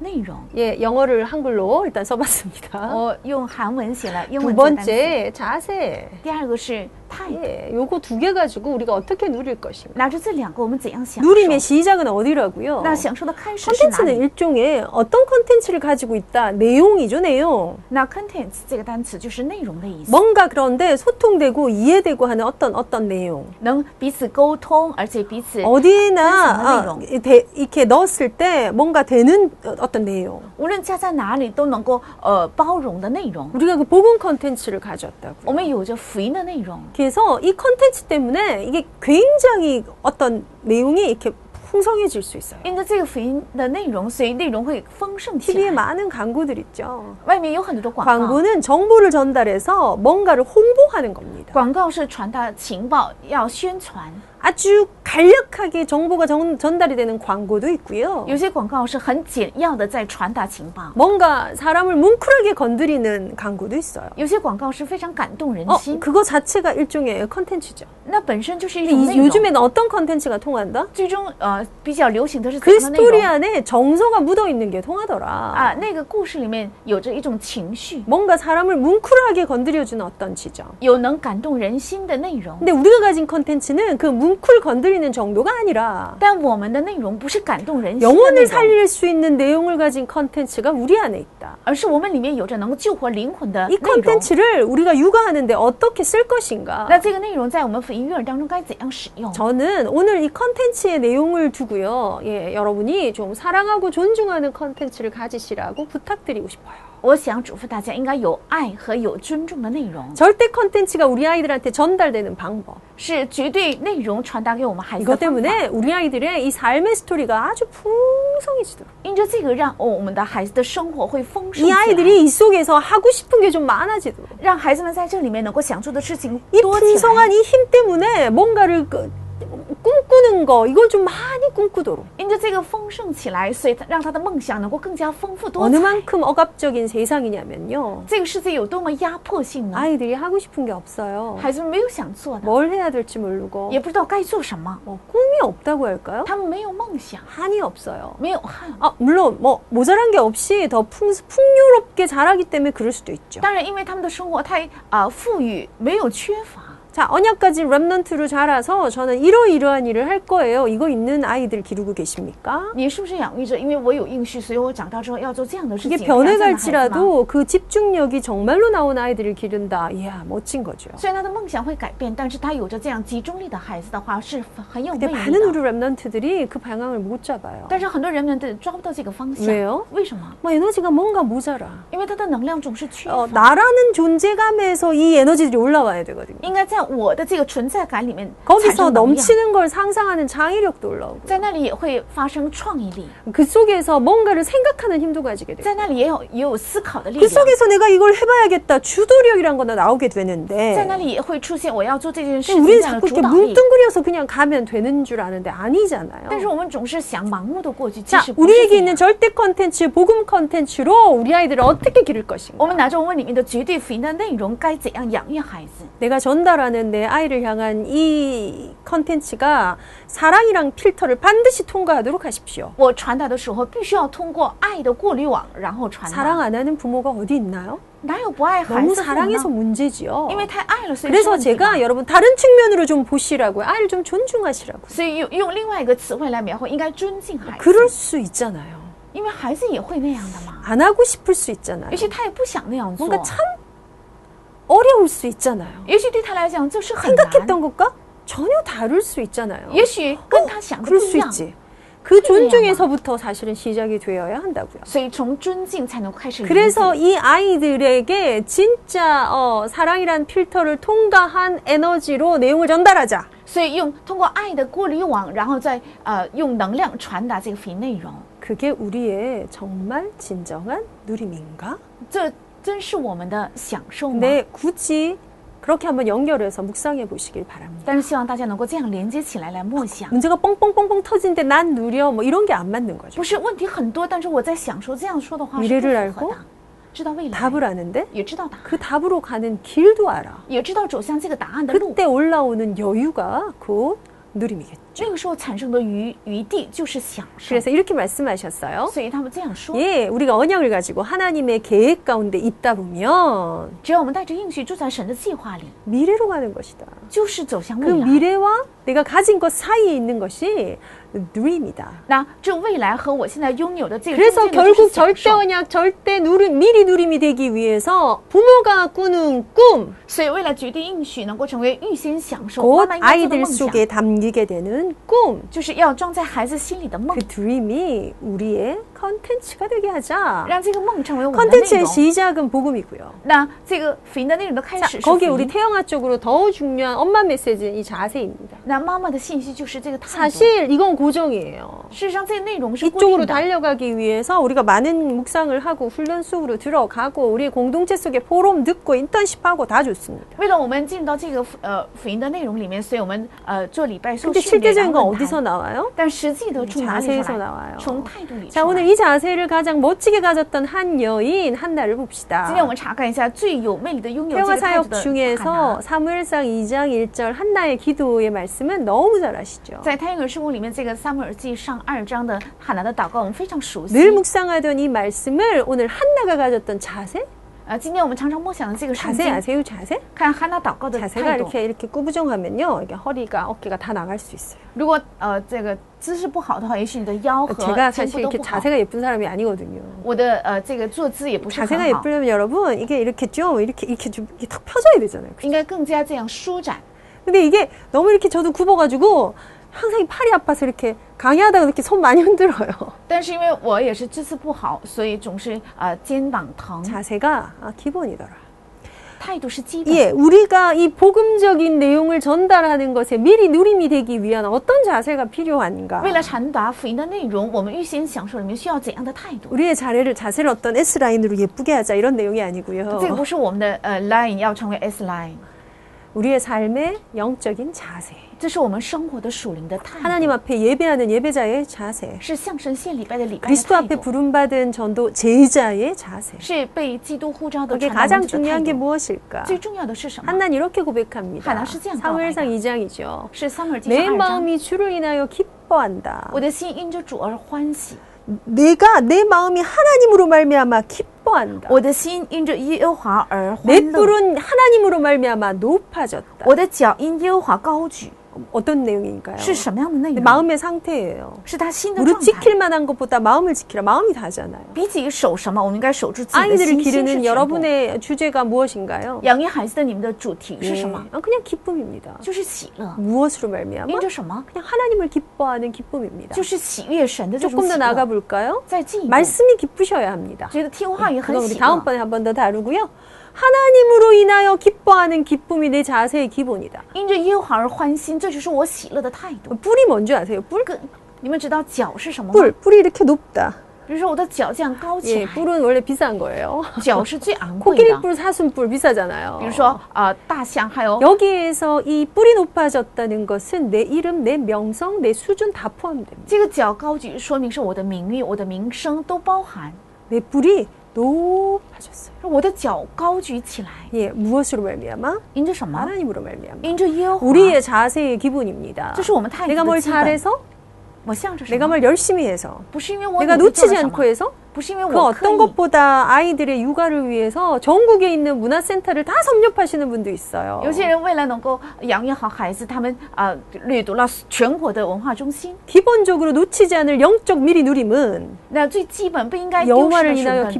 Speaker 2: 内容，
Speaker 1: 예, 영어를 한글로 일단 써봤습니다.
Speaker 2: 我用韩文写了英
Speaker 1: 두
Speaker 2: 文做单词。
Speaker 1: 번째, 자세.
Speaker 2: 第二个是态度，
Speaker 1: 예, 요거 두 개 가지고 우리가 어떻게 누릴 것인가.
Speaker 2: 拿着这两个，我们怎样享受？
Speaker 1: 누림의 시작은 어디라고요?
Speaker 2: 那享受的开始是哪
Speaker 1: 컨텐츠는
Speaker 2: 里？
Speaker 1: 일종의 어떤 컨텐츠를 가지고 있다. 내용이죠, 내용.
Speaker 2: 那 contents 这个单词就是内容的意思，
Speaker 1: 뭔가 그런데 소통되고 이해되고 하는 어떤 어떤 내용.
Speaker 2: 能彼此沟通，而且彼此
Speaker 1: 네. 어디나 아,
Speaker 2: 내용.
Speaker 1: 이- 대- 이렇게 넣었을 때 뭔가 되는 어- 어떤 내용.
Speaker 2: 无论家在哪里都能够呃包容的内容。
Speaker 1: 우리가 그 복음 컨텐츠를 가져왔다고요.
Speaker 2: 我们有着福音的内容，
Speaker 1: 그래서 이 컨텐츠 때문에 이게 굉장히 어떤 내용이 이렇게 풍성해질 수 있어요.
Speaker 2: 因着这个福音的内容，所以内容会丰盛起
Speaker 1: TV에
Speaker 2: 来。
Speaker 1: 많은 광고들 있죠.
Speaker 2: 外面有很多广告，
Speaker 1: 광고는 정보를 전달해서 뭔가를 홍보하는 겁니다.
Speaker 2: 广告是传达情报，要宣传。
Speaker 1: 아주 간략하게 정보가 전, 전달이 되는 광고도 있고요.
Speaker 2: 有些广告是很简要的在传达情报，
Speaker 1: 뭔가 사람을 뭉클하게 건드리는 광고도 있어요.
Speaker 2: 有些广告是非常感动人
Speaker 1: 어,
Speaker 2: 心，
Speaker 1: 그거 자체가 일종의 컨텐츠죠.
Speaker 2: 那本身就是一
Speaker 1: 근데
Speaker 2: 种
Speaker 1: 이-
Speaker 2: 内容。
Speaker 1: 요즘에는 어떤 컨텐츠가 통한다?
Speaker 2: 最终呃比较流行的是怎
Speaker 1: 그
Speaker 2: 样的内
Speaker 1: 스토리
Speaker 2: 容
Speaker 1: 안에 정서가 묻어 있는 게 통하더라.
Speaker 2: 啊？那个故事里面有着一种情绪，
Speaker 1: 뭔가 사람을 뭉클하게 건드려주는 어떤 지점.
Speaker 2: 有能感动人心的内容。
Speaker 1: 근데 우리가 가진 컨텐츠는 그 뭉클 건드리는 정도가 아니라
Speaker 2: 但我们的内容不是感动人心的内
Speaker 1: 영혼을
Speaker 2: 容，
Speaker 1: 살릴 수 있는 내용을 가진 컨텐츠가 우리 안에 있다.
Speaker 2: 而是我们里面有着能够救活灵魂的
Speaker 1: 이
Speaker 2: 内容。
Speaker 1: 컨텐츠를 우리가 육아하는데 어떻게 쓸 것인가?
Speaker 2: 那这个内容在我们福音育儿当中该怎样使用？
Speaker 1: 저는 오늘 이 컨텐츠의 내용을 두고요. 예, 여러분이 좀 사랑하고 존중하는 컨텐츠를 가지시라고 부탁드리고 싶어요.
Speaker 2: 我想嘱咐大家，应该有爱和有尊重的内容，
Speaker 1: 절대 컨텐츠가 우리 아이들한테 전달되는 방법.
Speaker 2: 是绝对内容传达给我们孩子的
Speaker 1: 이것
Speaker 2: 方法。
Speaker 1: 때문에 우리 아이들의 이 삶의 스토리가 아주 풍성해지도록.
Speaker 2: 因着这个让，哦、我们的孩子的生活会丰盛
Speaker 1: 이
Speaker 2: 起来
Speaker 1: 아이들이 이 속에서 하고 싶은 게 좀 많아지도록.
Speaker 2: 让孩子们在这里面能够享受的事情
Speaker 1: 이
Speaker 2: 多起来。
Speaker 1: 풍성한 이 힘 때문에 뭔가를 그- 꿈꾸는 거, 이걸 좀 많이 꿈꾸도록.
Speaker 2: 因着这个丰盛起来，所以他让他的梦想能够更加丰富多
Speaker 1: 어느
Speaker 2: 彩。
Speaker 1: 만큼 억압적인 세상이냐면요.
Speaker 2: 这个世界有多么压迫性呢？
Speaker 1: 아이들이 하고 싶은 게 없어요.
Speaker 2: 孩子们没有想做的，
Speaker 1: 뭘 해야 될지 모르고.
Speaker 2: 也不知道该做什么，
Speaker 1: 뭐 꿈이 없다고 할까요?
Speaker 2: 他们没有梦想，
Speaker 1: 한이 없어요.
Speaker 2: 没有汗。
Speaker 1: 아, 물론 뭐 모자란 게 없이 더 풍, 풍요롭게 자라기 때문에 그럴 수도 있죠.
Speaker 2: 当然，因为他们的生活太啊、呃富裕，没有缺乏。
Speaker 1: 자, 언약까지 랩넌트로 자라서 저는 이러이러한 일을 할 거예요. 이거 있는 아이들 기르고 계십니까?
Speaker 2: 你是不是养育着？因为我有应许，所以我长大之后要做这样的事
Speaker 1: 이게
Speaker 2: 情。培养这样的孩子吗
Speaker 1: 변해갈지라도 그 집중력이 정말로 나온 아이들을 기른다. 이야, 멋진 거죠.
Speaker 2: 虽然他的梦想会改变，但是他有着这样集中力的孩子的话，是很有魅
Speaker 1: 근데
Speaker 2: 力
Speaker 1: 많은
Speaker 2: 的。
Speaker 1: 우리 랩넌트들이 그 방향을 못 잡아요.
Speaker 2: 但是很多人们都抓不到这个方向。
Speaker 1: 왜요
Speaker 2: 为什么？
Speaker 1: 뭐 에너지가 뭔가 모자라.
Speaker 2: 因为他的能量总是缺乏。
Speaker 1: 어, 나라는 존재감에서 이 에너지들이 올라와야 되거든요.
Speaker 2: 应该在我的这个存在感里面产
Speaker 1: 거기서
Speaker 2: 生能量，
Speaker 1: 넘치는 걸 상상하는 창의력도 올라오고
Speaker 2: 在那里也会发生创意力，
Speaker 1: 그 속에서 뭔가를 생각하는 힘도 가지게 되고
Speaker 2: 在那里也有也有思考的力
Speaker 1: 그
Speaker 2: 量，
Speaker 1: 속에서 내가 이걸 해봐야겠다 주도력이란 거나 나오게
Speaker 2: 在
Speaker 1: 되는데
Speaker 2: 那里也会出现我要做这件
Speaker 1: 근데
Speaker 2: 事情
Speaker 1: 우리는
Speaker 2: 这样的
Speaker 1: 자꾸
Speaker 2: 主
Speaker 1: 이렇게
Speaker 2: 导力。
Speaker 1: 뭉뚱그려서 그냥 가면 되는 줄 아는데
Speaker 2: 但是
Speaker 1: 아니잖아요.
Speaker 2: 我们总是想盲目的过去，其
Speaker 1: 네. 자,
Speaker 2: 实不是
Speaker 1: 우리에게
Speaker 2: 这样
Speaker 1: 있는 절대 컨텐츠, 복음 컨텐츠로 우리 아이들을 어떻게 기를 것인가?
Speaker 2: 我们拿着我们里面的绝对福音的内容，该怎样养育孩子？
Speaker 1: 내가 전달하는 내 아이를 향한 이 컨텐츠가 사랑이랑 필터를 반드시 통과하도록 하십시오.
Speaker 2: 我传达的时候必须要通过爱的过滤网，然后传达。
Speaker 1: 사랑 안 하는 부모가 어디 있나요?
Speaker 2: 哪有不爱孩
Speaker 1: 너무
Speaker 2: 子的父母
Speaker 1: 사랑해서
Speaker 2: 呢？
Speaker 1: 문제지요.
Speaker 2: 因为太爱了，所以是
Speaker 1: 그래서
Speaker 2: 问题嘛
Speaker 1: 제가 여러분 다른 측면으로 좀 보시라고요. 아이를 좀 존중하시라고.
Speaker 2: 所以用用另外一个词汇来描绘，应该尊敬孩子，
Speaker 1: 그럴 수 있잖아요.
Speaker 2: 因为孩子也会那样的嘛，
Speaker 1: 안 하고 싶을 수 있잖아요.
Speaker 2: 而且他也不想那样做。
Speaker 1: 뭔가 참 어려울 수 있잖아요.
Speaker 2: 也许对他来讲就是很难，
Speaker 1: 생각했던 것과 전혀 다를 수 있잖아요. 어,
Speaker 2: 也许跟他想的
Speaker 1: 그럴
Speaker 2: 不一
Speaker 1: 수
Speaker 2: 样，
Speaker 1: 있지. 그 존중에서부터 사실은 시작이 되어야 한다고요.
Speaker 2: 所以从尊敬才能开始理解。
Speaker 1: 그래서 음, 이 아이들에게 진짜 어, 사랑이란 필터를 통과한 에너지로 내용을 전달하자.
Speaker 2: 所以用通过爱的过滤网，然后再呃用能量传达这个福音内容，
Speaker 1: 그게 우리의 정말 진정한 누림인가?
Speaker 2: 这真是我们的享受吗？
Speaker 1: 근데 굳이 그렇게 한번 연결해서 묵상해 보시길 바랍니다.
Speaker 2: 但是希望大家能够这样连接起来来默想，
Speaker 1: 문제가 뻥뻥뻥뻥 터지는데 난 누려 뭐 이런 게 안 맞는 거죠.
Speaker 2: 不是问题很多，但是我在享受这样说的话是
Speaker 1: 미래를
Speaker 2: 不符合
Speaker 1: 알
Speaker 2: 的，知道未来，
Speaker 1: 답을 아는데
Speaker 2: 也知道答案，
Speaker 1: 그 답으로 가는 길도 알아.
Speaker 2: 也知道走向这个答案的路。
Speaker 1: 그때 올라오는 여유가 곧 누림이겠죠.
Speaker 2: 那个时候产生的余余地就是享受，
Speaker 1: 그래서 이렇게 말씀하셨어요.
Speaker 2: 所以他们这样说。
Speaker 1: 예, 우리가 언약을 가지고 하나님의 계획 가운데 있다 보면
Speaker 2: 只要我们带着应许住在神的计划里，
Speaker 1: 미래로 가는 것이다.
Speaker 2: 就是走向
Speaker 1: 그
Speaker 2: 未来。
Speaker 1: 미래와 내가 가진 것 사이에 있는 것이 누림이다.
Speaker 2: 那这未来和我现在拥有的这个中
Speaker 1: 그래서
Speaker 2: 间的就是
Speaker 1: 결국
Speaker 2: 享
Speaker 1: 절대
Speaker 2: 受，
Speaker 1: 언약, 절대 누림, 미리 누림이 되기 위해서 부모가 꾸는 꿈,
Speaker 2: 所以为了决定应许能够成为预先享受、
Speaker 1: 곧
Speaker 2: 慢慢运作的
Speaker 1: 아이들
Speaker 2: 梦想，
Speaker 1: 속에 담기게 되는 꿈,
Speaker 2: 就是要装在孩子心里的梦
Speaker 1: 그 ， 드림이 우리의 컨텐츠가 되게 하자.
Speaker 2: 让这个梦成为我们的内
Speaker 1: 컨텐츠의
Speaker 2: 容。
Speaker 1: 시작은 복음이고요.
Speaker 2: 那这个福音的内容的开
Speaker 1: 자,
Speaker 2: 始是福
Speaker 1: 거기에 우리
Speaker 2: 音。
Speaker 1: 태영아 쪽으로 더 중요한 엄마 메시지는 이 자세입니다.
Speaker 2: 那妈妈的信息就是这个态度。
Speaker 1: 사실 이건 고정이에요.
Speaker 2: 事实上，这个内容是固定
Speaker 1: 이쪽으로
Speaker 2: 的。
Speaker 1: 달려가기 위해서 우리가 많은 묵상을 하고 훈련 속으로 들어가고 우리 공동체 속에 포럼 듣고 인턴십하고 다 좋습니다.
Speaker 2: 为了我们进入到这个呃福音的内容里面，所以我们呃做礼拜受
Speaker 1: 근데
Speaker 2: 训练，
Speaker 1: 실제적인
Speaker 2: 然
Speaker 1: 건
Speaker 2: 后论坛
Speaker 1: 어디서 나와요?
Speaker 2: 但实际的从哪里
Speaker 1: 자세에서
Speaker 2: 出来
Speaker 1: 나와요. ？
Speaker 2: 从态度里出
Speaker 1: 자,
Speaker 2: 来
Speaker 1: 오늘 。이 자세를 가장 멋지게 가졌던 한 여인 한나를
Speaker 2: 今
Speaker 1: 봅시다.
Speaker 2: 天我们查看一下最有魅力的拥有这
Speaker 1: 태영아
Speaker 2: 个态度
Speaker 1: 사역
Speaker 2: 的汉
Speaker 1: 중에서
Speaker 2: 娜
Speaker 1: 사무엘상 2장 1절 한나의 기도의 말씀은 너무 잘 아시죠?
Speaker 2: 在太婴儿事工里面，这个撒母耳记上二章的汉娜的祷告，我们非常熟悉。
Speaker 1: 늘 묵상하던 이 말씀을 오늘 한나가 가졌던 자세?
Speaker 2: 呃，今天我们常常默想的这个圣
Speaker 1: 자세
Speaker 2: 经，
Speaker 1: 아세요? 자세?
Speaker 2: 看汉娜祷告的
Speaker 1: 자세가
Speaker 2: 态度。
Speaker 1: 이렇게 이렇게 꾸부정하면요. 이게 허리가 어깨가 다 나갈 수 있어요.
Speaker 2: 如果呃这个姿势不好的话，也许你的腰和
Speaker 1: 제가
Speaker 2: 肩
Speaker 1: 사실
Speaker 2: 部都
Speaker 1: 이렇게
Speaker 2: 不好。
Speaker 1: 자세가 예쁜 사람이 아니거든요.
Speaker 2: 我的呃这个坐姿也不是
Speaker 1: 자세가
Speaker 2: 很好，
Speaker 1: 예쁘려면 여러분 이게 이렇게 좀 이렇게 이렇게 좀 이렇게 탁 펴져야 되잖아요. 그죠?
Speaker 2: 应该更加这样舒展。
Speaker 1: 근데 이게 너무 이렇게 저도 굽어가지고 항상 이 팔이 아파서 이렇게 강의하다가 이렇게 손 많이 흔들어요.
Speaker 2: 但是因为我也是姿势不好，所以总是呃肩膀疼。
Speaker 1: 자세가 아, 기본이더라.
Speaker 2: 态度是基本。
Speaker 1: 예, 우리가 이 복음적인 내용을 전달하는 것에 미리 누림이 되기 위한 어떤 자세가 필요한가?
Speaker 2: 为了传达福音的内容，我们预先享受里面需要怎样的态度？
Speaker 1: 우리의 자세를 자세를 어떤 S 라인으로 예쁘게 하자 이런 내용이
Speaker 2: 这个
Speaker 1: 아니고요.
Speaker 2: 不是我们的呃 line 要成为 S line，
Speaker 1: 우리의 삶의 영적인 자세,
Speaker 2: 这是我们生活的属灵的态度，
Speaker 1: 하나님 앞에 예배하는 예배자의 자세,
Speaker 2: 是向神献礼拜的礼拜的
Speaker 1: 그리스도
Speaker 2: 态
Speaker 1: 앞에
Speaker 2: 度，
Speaker 1: 부름받은 전도 제자의 자세.
Speaker 2: 是被基督呼召的
Speaker 1: 그게
Speaker 2: 传道
Speaker 1: 가장
Speaker 2: 者的态
Speaker 1: 중요한 게
Speaker 2: 度。
Speaker 1: 무엇일까?
Speaker 2: 最重要的是什么？
Speaker 1: 한난 이렇게 고백합니다.
Speaker 2: 하나씩 지향
Speaker 1: 사무엘상
Speaker 2: 가봐요.
Speaker 1: 2장이죠.
Speaker 2: 是撒母耳记
Speaker 1: 내
Speaker 2: 上二章，
Speaker 1: 마음이 주를 인하여 기뻐한다.
Speaker 2: 我的心因着主而欢喜，
Speaker 1: 내가 내 마음이 하나님으로 말미암아 기뻐한다.
Speaker 2: 我的心因着耶和华而
Speaker 1: 내
Speaker 2: 欢乐，
Speaker 1: 뿔은 하나님으로 말미암아 높아졌다.
Speaker 2: 我的脚因耶和华高举，
Speaker 1: 어떤 내용인가요?
Speaker 2: 是什么样的内
Speaker 1: 내
Speaker 2: 容？
Speaker 1: 마음의 상태예요.
Speaker 2: 是他心的状
Speaker 1: 무릎
Speaker 2: 态。
Speaker 1: 지킬 만한 것보다 마음을 지키라. 마음이 다잖아요.
Speaker 2: 比起守什么，我们应该守住自己的
Speaker 1: 아이들을
Speaker 2: 心心是
Speaker 1: 기르는
Speaker 2: 全部。
Speaker 1: 여러분의 주제가 무엇인가요?
Speaker 2: 养育孩子的你们的主题是
Speaker 1: 예.
Speaker 2: 什么？
Speaker 1: 아, 그냥 기쁨입니다.
Speaker 2: 就是喜乐。
Speaker 1: 무엇으로 말미암아?
Speaker 2: 因着什么？
Speaker 1: 그냥 하나님을 기뻐하는 기쁨입니다.
Speaker 2: 就是喜悦神的这种
Speaker 1: 조금
Speaker 2: 喜
Speaker 1: 더
Speaker 2: 乐。
Speaker 1: 나아가 볼까요?
Speaker 2: 再进一步，
Speaker 1: 말씀이 기쁘셔야 합니다.
Speaker 2: 觉得听话语很
Speaker 1: 그건 우리
Speaker 2: 喜乐，
Speaker 1: 다음번에 한 번 더 다루고요. 하나님으로 인하여 기뻐하는 기쁨이 내 자세의 기본이다.
Speaker 2: 因着耶和华而欢心，这就是我喜乐的态度。
Speaker 1: 뿔이 뭔지 아세요? 뿔?
Speaker 2: 个，你们知道脚是什么吗？
Speaker 1: 그 뿔. 뿔이 이렇게 높다.
Speaker 2: 比如说我的脚这样高起
Speaker 1: 예,
Speaker 2: 来，
Speaker 1: 뿔은 원래 비싼 거예요.
Speaker 2: 脚是最昂贵
Speaker 1: 코끼리
Speaker 2: 的。
Speaker 1: 뿔, 사슴 뿔 비싸잖아요.
Speaker 2: 比如说呃，大象还有
Speaker 1: 여기에서 이 뿔이 높아졌다는 것은 내 이름, 내 명성, 내 수준 다 포함됩니다.
Speaker 2: 这个脚高举，说明是我的名誉、我的名声都包含。
Speaker 1: 내 뿔이 높아졌어요.
Speaker 2: 我的脚高举起来，
Speaker 1: 예, 무엇으로 말미암아?
Speaker 2: 因着什么？
Speaker 1: 하나님으로 말미암아.
Speaker 2: 因着耶和华。
Speaker 1: 우리의 자세의 기본입니다.
Speaker 2: 这是我们态度
Speaker 1: 내가
Speaker 2: 的
Speaker 1: 뭘
Speaker 2: 基本。
Speaker 1: 잘해서,
Speaker 2: 我向着什
Speaker 1: 내가
Speaker 2: 么？
Speaker 1: 뭘 열심히 해서,
Speaker 2: 不是因为我
Speaker 1: 내가
Speaker 2: 努力做了
Speaker 1: 놓치지
Speaker 2: 什
Speaker 1: 않고
Speaker 2: 么，
Speaker 1: 해서
Speaker 2: 不是因为
Speaker 1: 그
Speaker 2: 我刻
Speaker 1: 뭐 어떤
Speaker 2: 意，
Speaker 1: 것보다 아이들의 육아를 위해서 전국에 있는 문화센터를 다 섭렵하시는 분도 있어요.
Speaker 2: 有些人为了能够养育好孩子，他们啊、掠夺了全国的文化中心。
Speaker 1: 기본적으로 놓치지 않을 영적 미리 누림은
Speaker 2: 那最基本不应该丢失
Speaker 1: 여호와를
Speaker 2: 的是我
Speaker 1: 인하여
Speaker 2: 们的享受，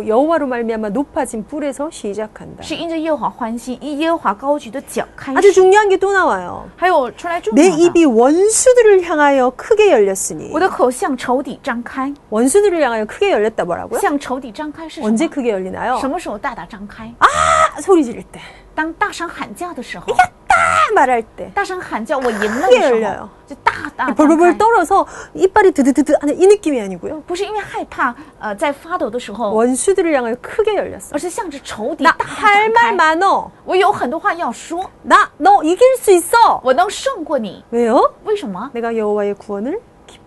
Speaker 1: 기뻐하고 여호와로 말미암아 높아진 뿔에서 시작한다.
Speaker 2: 是因着耶和华欢心，因耶和华高举的脚开
Speaker 1: 아주
Speaker 2: 始。
Speaker 1: 중요한 게 또 나와요.
Speaker 2: 还有出来重
Speaker 1: 내
Speaker 2: 要的，
Speaker 1: 입이 원수들을 향하여 크게 열렸으니
Speaker 2: 我的口向仇敌张开，
Speaker 1: 원수들을 향하여 크게 열렸다 뭐라고요?
Speaker 2: 向仇敌张开是什
Speaker 1: 언제
Speaker 2: 么？
Speaker 1: 크게 열리나요?
Speaker 2: 什么时候大大张开？
Speaker 1: 아, 소리 지를 때. 아,
Speaker 2: 当大声喊叫的时候，
Speaker 1: 말할 때
Speaker 2: 大声喊叫我赢了的
Speaker 1: 变
Speaker 2: 时
Speaker 1: 了
Speaker 2: 候，就大大
Speaker 1: 벌벌
Speaker 2: 张开
Speaker 1: 떨어서 이빨이 드드드드 하는 이 느낌이 아니고요.
Speaker 2: 不是因为害怕，呃，在发抖的时
Speaker 1: 어.
Speaker 2: 候，
Speaker 1: 원수들을 향하여 크게 열렸어.
Speaker 2: 而是向着仇敌大
Speaker 1: 나
Speaker 2: 大
Speaker 1: 할
Speaker 2: 张
Speaker 1: 말
Speaker 2: 开。
Speaker 1: 많어.
Speaker 2: 我有很多话要说，
Speaker 1: 나 너 이길 수 있어.
Speaker 2: 我能胜过你。
Speaker 1: 왜요?
Speaker 2: 为什么？
Speaker 1: 내가 여호와의 구원을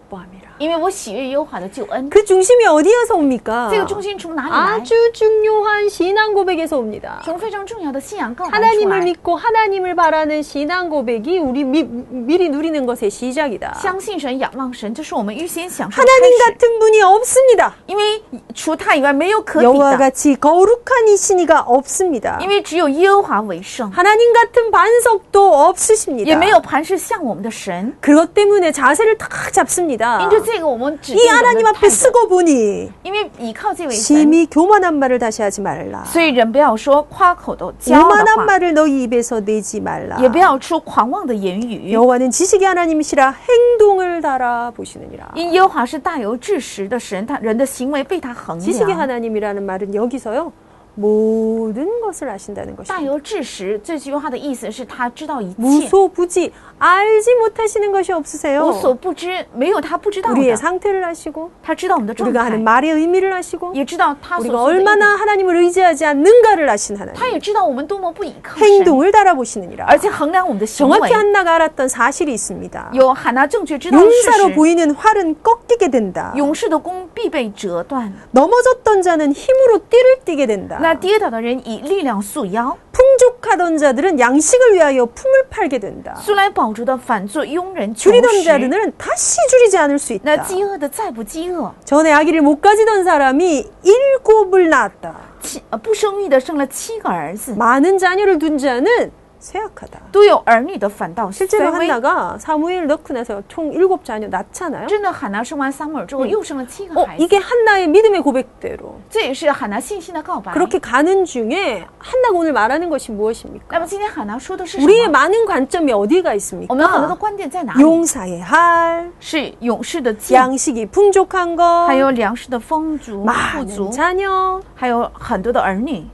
Speaker 1: 기뻐함이라.
Speaker 2: 因为我喜悦耶和华的救恩。
Speaker 1: 그 중심이 어디에서 옵니까?
Speaker 2: 这个重心从哪里来？
Speaker 1: 아주 중요한 신앙 고백에서 옵니다.
Speaker 2: 从非常重要的信仰告白出
Speaker 1: 하나님을
Speaker 2: 来。
Speaker 1: 믿고 하나님을 바라는 신앙 고백이 우리 미, 미리 누리는 것의 시작이다.
Speaker 2: 呃相信神、仰望神，这是我们预先享受的
Speaker 1: 하나님
Speaker 2: 开始。
Speaker 1: 같은 분이 없습니다.
Speaker 2: 因为除他以外没有可比
Speaker 1: 여호와
Speaker 2: 的，
Speaker 1: 같이 거룩한 이신이가 없습니다.
Speaker 2: 因为只有耶和华为圣，
Speaker 1: 하나님 같은 반석도 없으십니다.
Speaker 2: 也没有磐石像我们的神。
Speaker 1: 그것 때문에 자세를 탁 잡습니다.
Speaker 2: 因着这个，我们只
Speaker 1: 이뭐
Speaker 2: 定我们
Speaker 1: 하나님
Speaker 2: 的态
Speaker 1: 앞에
Speaker 2: 度，
Speaker 1: 쓰고 보니
Speaker 2: 因为依靠这位神，
Speaker 1: 심히 교만한 말을 다시 하지 말라.
Speaker 2: 所以人不要说夸口的、骄傲的
Speaker 1: 오만한
Speaker 2: 话，
Speaker 1: 말을 너희 입에서 내지 말라.
Speaker 2: 也不要出狂妄的言语。
Speaker 1: 여호와는 지식의 하나님이시라 행동을 달아 보시느니라.
Speaker 2: 因耶和华是大有至实的神，他人的行为被他衡
Speaker 1: 지식의
Speaker 2: 量。
Speaker 1: 하나님이라는 말은 여기서요 모든 것을 아신다는
Speaker 2: 大
Speaker 1: 것입니다.
Speaker 2: 有至实这句话的意思是他知道一切，
Speaker 1: 무소부지 알지 못하시는 것이 없으세요.
Speaker 2: 无所不知，没有他不知道
Speaker 1: 우리의
Speaker 2: 的。
Speaker 1: 상태를 아시고
Speaker 2: 他知道我们的状
Speaker 1: 우리가 하는
Speaker 2: 态，
Speaker 1: 말의 의미를 아시고
Speaker 2: 也知道他所
Speaker 1: 우리가
Speaker 2: 做的一点
Speaker 1: 얼마나 하나님을 의지하지 않는가를 아신
Speaker 2: 他
Speaker 1: 하나님.
Speaker 2: 也知道我们多么不依靠神，
Speaker 1: 행동을 달아보시느니라.
Speaker 2: 而且衡量我们的行为。
Speaker 1: 정확히 한나가 알았던 사실이 그 있습니다.
Speaker 2: 有喊拿正确知道的事
Speaker 1: 용사로
Speaker 2: 实，
Speaker 1: 보이는 활은 꺾이게 된다.
Speaker 2: 勇士的弓必被折断，
Speaker 1: 넘어졌던 자는 힘으로 띠를 띠게 된다.
Speaker 2: 那跌倒的人以力量束腰，
Speaker 1: 풍족하던 자들은 양식을 위하여 품을 팔게 된다.
Speaker 2: 素来饱足的反作庸人求
Speaker 1: 줄이던
Speaker 2: 食。
Speaker 1: 자들은 다시 줄이지 않을 수
Speaker 2: 那
Speaker 1: 있다.
Speaker 2: 饥饿的再不饥饿，
Speaker 1: 전에 아기를 못 가지던 사람이 일곱을 낳았다.
Speaker 2: 七呃不生育的生了七个儿子，
Speaker 1: 많은 자녀를 둔 자는 쇠약하다.
Speaker 2: 都有儿女的反倒是
Speaker 1: 실제로
Speaker 2: 微。
Speaker 1: 한나가 사무엘 넣고 나서 총 일곱 자녀 낳잖아요.
Speaker 2: 真的，喊拿生完撒母耳之后又生了七个
Speaker 1: 어,
Speaker 2: 孩子，
Speaker 1: 이게 한나의 믿음의 고백대로
Speaker 2: 这也是喊拿信心的告白。
Speaker 1: 그렇게 가는 중에 한나가 오늘 말하는 것이
Speaker 2: 那
Speaker 1: 무엇입니까?
Speaker 2: 么今天喊拿说的是什
Speaker 1: 우리의
Speaker 2: 么？
Speaker 1: 많은 관점이 어디가
Speaker 2: 我们很多的
Speaker 1: 있습니까?
Speaker 2: 观点在哪里？
Speaker 1: 용사의 할,
Speaker 2: 是勇士的
Speaker 1: 네.
Speaker 2: 剑，
Speaker 1: 양식이 풍족한 것,
Speaker 2: 还有粮食的丰足、富
Speaker 1: 많은
Speaker 2: 足，
Speaker 1: 자녀,
Speaker 2: 还有很多的儿女，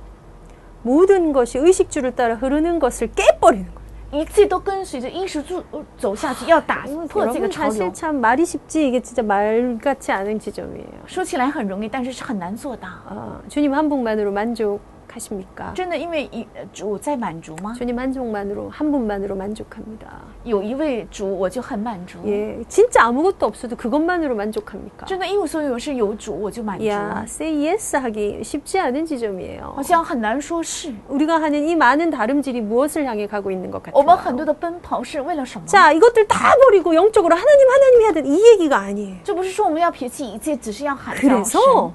Speaker 1: 모든 것이 의식주를 따라 흐르는 것을 깨버리는 거예요.
Speaker 2: 一切都跟随着衣食住走下去，要打
Speaker 1: 이건
Speaker 2: 破这个
Speaker 1: 여러분
Speaker 2: 潮
Speaker 1: 사실
Speaker 2: 流。
Speaker 1: 참 말이 쉽지 이게 진짜 말 같지 않은 지점이에요.
Speaker 2: 说起来很容易，但是是很难做到。
Speaker 1: 아, 주님 한 분만으로 만족하십니까?
Speaker 2: 真的，因为一呃主在满足吗？
Speaker 1: 주님 한 종만으로 한 분만으로 만족합니다.
Speaker 2: 有一位主，我就很满足。
Speaker 1: 예, 진짜 아무것도 없어도 그것만으로 만족합니까?
Speaker 2: 真的，一无所有是有主，我就满足。
Speaker 1: 야, say yes 하기 쉽지 않은 지점이에요.
Speaker 2: 好像很难说是，
Speaker 1: 우리가 하는 이 많은 다름질이 무엇을 향해 가고 있는 것
Speaker 2: 我们很多
Speaker 1: 같아요?
Speaker 2: 的奔跑是为了什么？
Speaker 1: 자, 이것들 다 버리고 영적으로 하나님 하나님 해야 되는 이 얘기가 아니에요.
Speaker 2: 这不是说我们要撇弃一切，只是要喊叫声。
Speaker 1: 그래서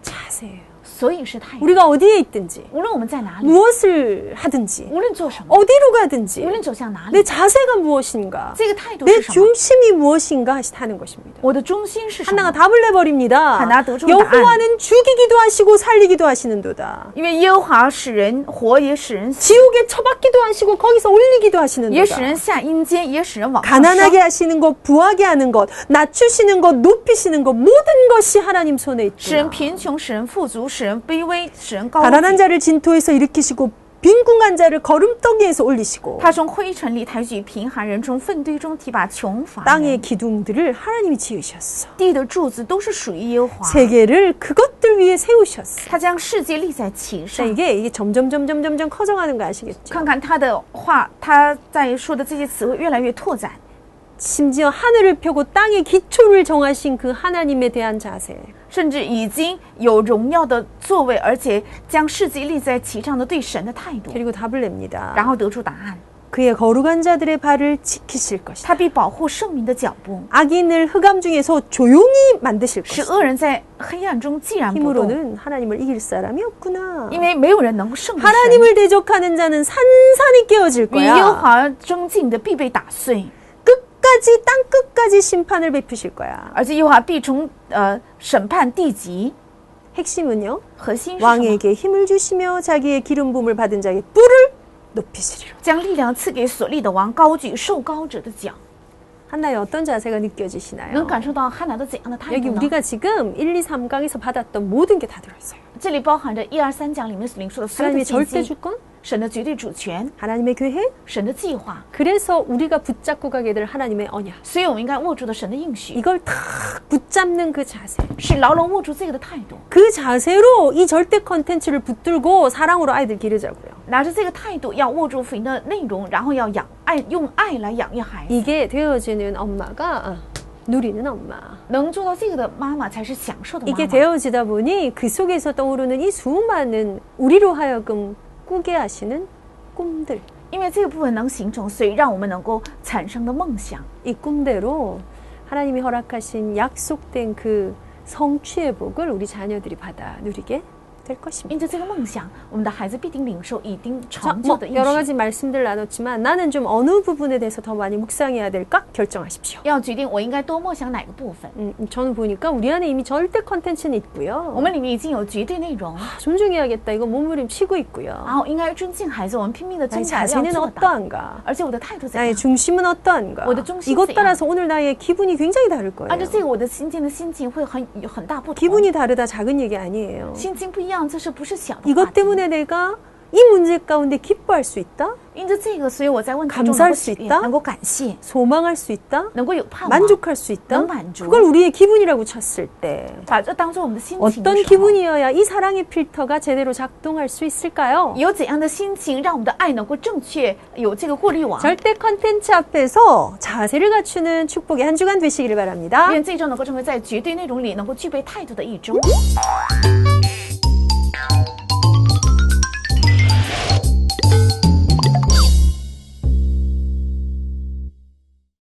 Speaker 1: 자세예요.
Speaker 2: 所以是太阳。
Speaker 1: 우리가 어디에 있든지
Speaker 2: 无论我们在哪里，
Speaker 1: 무엇을 하든지
Speaker 2: 无论做什么，
Speaker 1: 어디로
Speaker 2: 无
Speaker 1: 가든지
Speaker 2: 论走向哪
Speaker 1: 내
Speaker 2: 里，
Speaker 1: 자세가 무엇인가
Speaker 2: 这个态度
Speaker 1: 내
Speaker 2: 是什么？
Speaker 1: 중심이 무엇인가 하시다는 것입니다.
Speaker 2: 我的中心是什
Speaker 1: 하나가
Speaker 2: 么？
Speaker 1: 답을 내버립니다.
Speaker 2: 하나 더 좋은
Speaker 1: 여호와는 죽이기도 하시고 살리기도 하시는도다.
Speaker 2: 因为耶和华使人活，也使人死，
Speaker 1: 지옥에 처박기도 하시고 거기서 올리기도
Speaker 2: 也使
Speaker 1: 하시는도다.
Speaker 2: 人下阴间，也使人往上升。
Speaker 1: 가난하게 하시는 것, 부하게 하는 것, 낮추시는 것, 높이시는 것 모든 것이 하나님 손에
Speaker 2: 使人
Speaker 1: 있다.
Speaker 2: 贫穷，使人富足，使人卑微，使人高
Speaker 1: 가난한
Speaker 2: 举。
Speaker 1: 자를 진토에서 일으키시고 빈궁한 자를 걸음덩이에서 올리시고
Speaker 2: 他从灰尘里抬举贫寒人，从粪堆中提拔穷乏人
Speaker 1: 땅의 기둥들을 하나님이 지으셨어.
Speaker 2: 地的柱子都是属于耶和华。
Speaker 1: 세계를 그것들 위에 세우셨어.
Speaker 2: 他将世界立在其
Speaker 1: 자,
Speaker 2: 上。
Speaker 1: 이게 이게 점점 점점 점점 커져가는 거 아시겠죠?
Speaker 2: 看看他的话，他在说的这些词汇越来越拓展，
Speaker 1: 심지어 하늘을 펴고 땅의 기초를 정하신 그 하나님에 대한 자세.
Speaker 2: 甚至已经有荣耀的座位，而且将世界立在其上的对神的态度，
Speaker 1: 그리고 답을
Speaker 2: 然
Speaker 1: 냅니다.
Speaker 2: 后得出答案。
Speaker 1: 그의 거룩한 자들의 발을 지키실 것이다.
Speaker 2: 他必保护圣民的脚步，
Speaker 1: 악인을 흑암 중에서 조용히 만드실
Speaker 2: 使
Speaker 1: 것이다.
Speaker 2: 恶人在黑暗中寂然不动，
Speaker 1: 힘으로는 하나님을 이길 그 사람이 없구나.
Speaker 2: 因为没有人能够胜过神。
Speaker 1: 하나님을 대적하는 자는 산산이 깨어질
Speaker 2: 与耶和
Speaker 1: 거야.
Speaker 2: 华争竞的必被打碎，
Speaker 1: 끝까지 땅 끝까지 심판을 베푸실 거야.
Speaker 2: 而且耶和华必从呃审判地级。
Speaker 1: 핵심은요.
Speaker 2: 核心是什么？
Speaker 1: 왕에게 힘을 주시며 자기의 기름 부음을 받은 자의 뿔을 높이시리라.
Speaker 2: 将力量赐给所立的王，高举受高者的脚。
Speaker 1: 한나의 어떤 자세가
Speaker 2: 能哦
Speaker 1: 느껴지시나요?
Speaker 2: 그러니까 感受到哈拿的怎样的态
Speaker 1: 여기
Speaker 2: 度呢？
Speaker 1: 우리가 지금 1, 2, 3강에서 받았던 모든 게 다 들어있어요.
Speaker 2: 这这里包含着一二三讲里面领受的所有的
Speaker 1: 하나님의
Speaker 2: 信
Speaker 1: 절대
Speaker 2: 息，
Speaker 1: 주권,
Speaker 2: 神的绝对主权，
Speaker 1: 하나님의 계획.
Speaker 2: 神的计划，
Speaker 1: 그래서 우리가 붙잡고 가게 될 하나님의 언약.
Speaker 2: 所以我们应该握住的神的应许，
Speaker 1: 이걸 탁 붙잡는 그 자세.
Speaker 2: 是牢牢握住这个的态度，
Speaker 1: 그 자세로 이 절대 컨텐츠를 붙들고 사랑으로 아이들 기르자고요.
Speaker 2: 拿着这个态度要握住福音的内容，然后要养爱，用爱来养育孩子。
Speaker 1: 이게 되어지는 엄마가 아, 누리는 엄마.
Speaker 2: 能做到这个的妈妈才是享受的妈
Speaker 1: 이게
Speaker 2: 妈。
Speaker 1: 되어지다 보니 그 속에서 떠오르는 이 수많은 우리로 하여금 꾸게 하시는 꿈들.
Speaker 2: 因为这个部分能形成，所以让我们能够产生的梦想，
Speaker 1: 이 꿈대로 하나님이 허락하신 약속된 그 성취의 복을 우리 자녀들이 받아 누리게 될 것입니다.
Speaker 2: 因着这个梦想，我们的孩子必定领受已经
Speaker 1: 자,
Speaker 2: 成就
Speaker 1: 뭐
Speaker 2: 的应
Speaker 1: 여러
Speaker 2: 许。
Speaker 1: 가지 말씀들 나눴지만 나는 좀 어느 부분에 대해서 더 많이 묵상해야 될까 결정하십시오.
Speaker 2: 要决定我应该多默想哪个部分。
Speaker 1: 음, 저는 보니까 우리 안에 이미 절대 컨텐츠는 있고요.
Speaker 2: 我们里面已经有绝对内容，
Speaker 1: 존중해야겠다. 이거 몸부림치고 있고요.
Speaker 2: 然后应该尊敬孩子，我们拼命的尊
Speaker 1: 나의
Speaker 2: 敬孩子要
Speaker 1: 아, 자세는
Speaker 2: 做到。
Speaker 1: 어떠한가?
Speaker 2: 而且我的态度怎
Speaker 1: 나의
Speaker 2: 样？
Speaker 1: 중심은 어떠한가?
Speaker 2: 모두 중심이
Speaker 1: 이것
Speaker 2: 아. 있어요.
Speaker 1: 따라서 오늘 나의 기분이 굉장히 다를 거예요.
Speaker 2: 按照这个，我的心境的心情会很有很大哎不同。
Speaker 1: 기분이 다르다 작은 얘기 아니에요.
Speaker 2: 心情不一样，这是不是小的话
Speaker 1: 이것
Speaker 2: 题？
Speaker 1: 때문에 내가 이 문제 가운데 기뻐할 수 있다?
Speaker 2: 因着这个，所以我在问题中
Speaker 1: 감사할
Speaker 2: 能够
Speaker 1: 수
Speaker 2: 喜悦
Speaker 1: 있다
Speaker 2: 能够感谢，
Speaker 1: 소망할 수 있다?
Speaker 2: 能够有盼望，
Speaker 1: 만족할 수 있다?
Speaker 2: 너무 만족.
Speaker 1: 그걸 우리의 기분이라고 쳤을 때
Speaker 2: 把这当做我们的心情的
Speaker 1: 어떤
Speaker 2: 时候。
Speaker 1: 기분이어야 이 사랑의 필터가 제대로 작동할 수 있을까요?
Speaker 2: 有怎样的心情，让我们的爱能够正确有这个过滤网？
Speaker 1: 절대 컨텐츠 앞에서 자세를 갖추는 축복의 한 주간 啊 되시기를 바랍니다.
Speaker 2: 愿最终能够成为在绝对内容里能够具备态度的一周。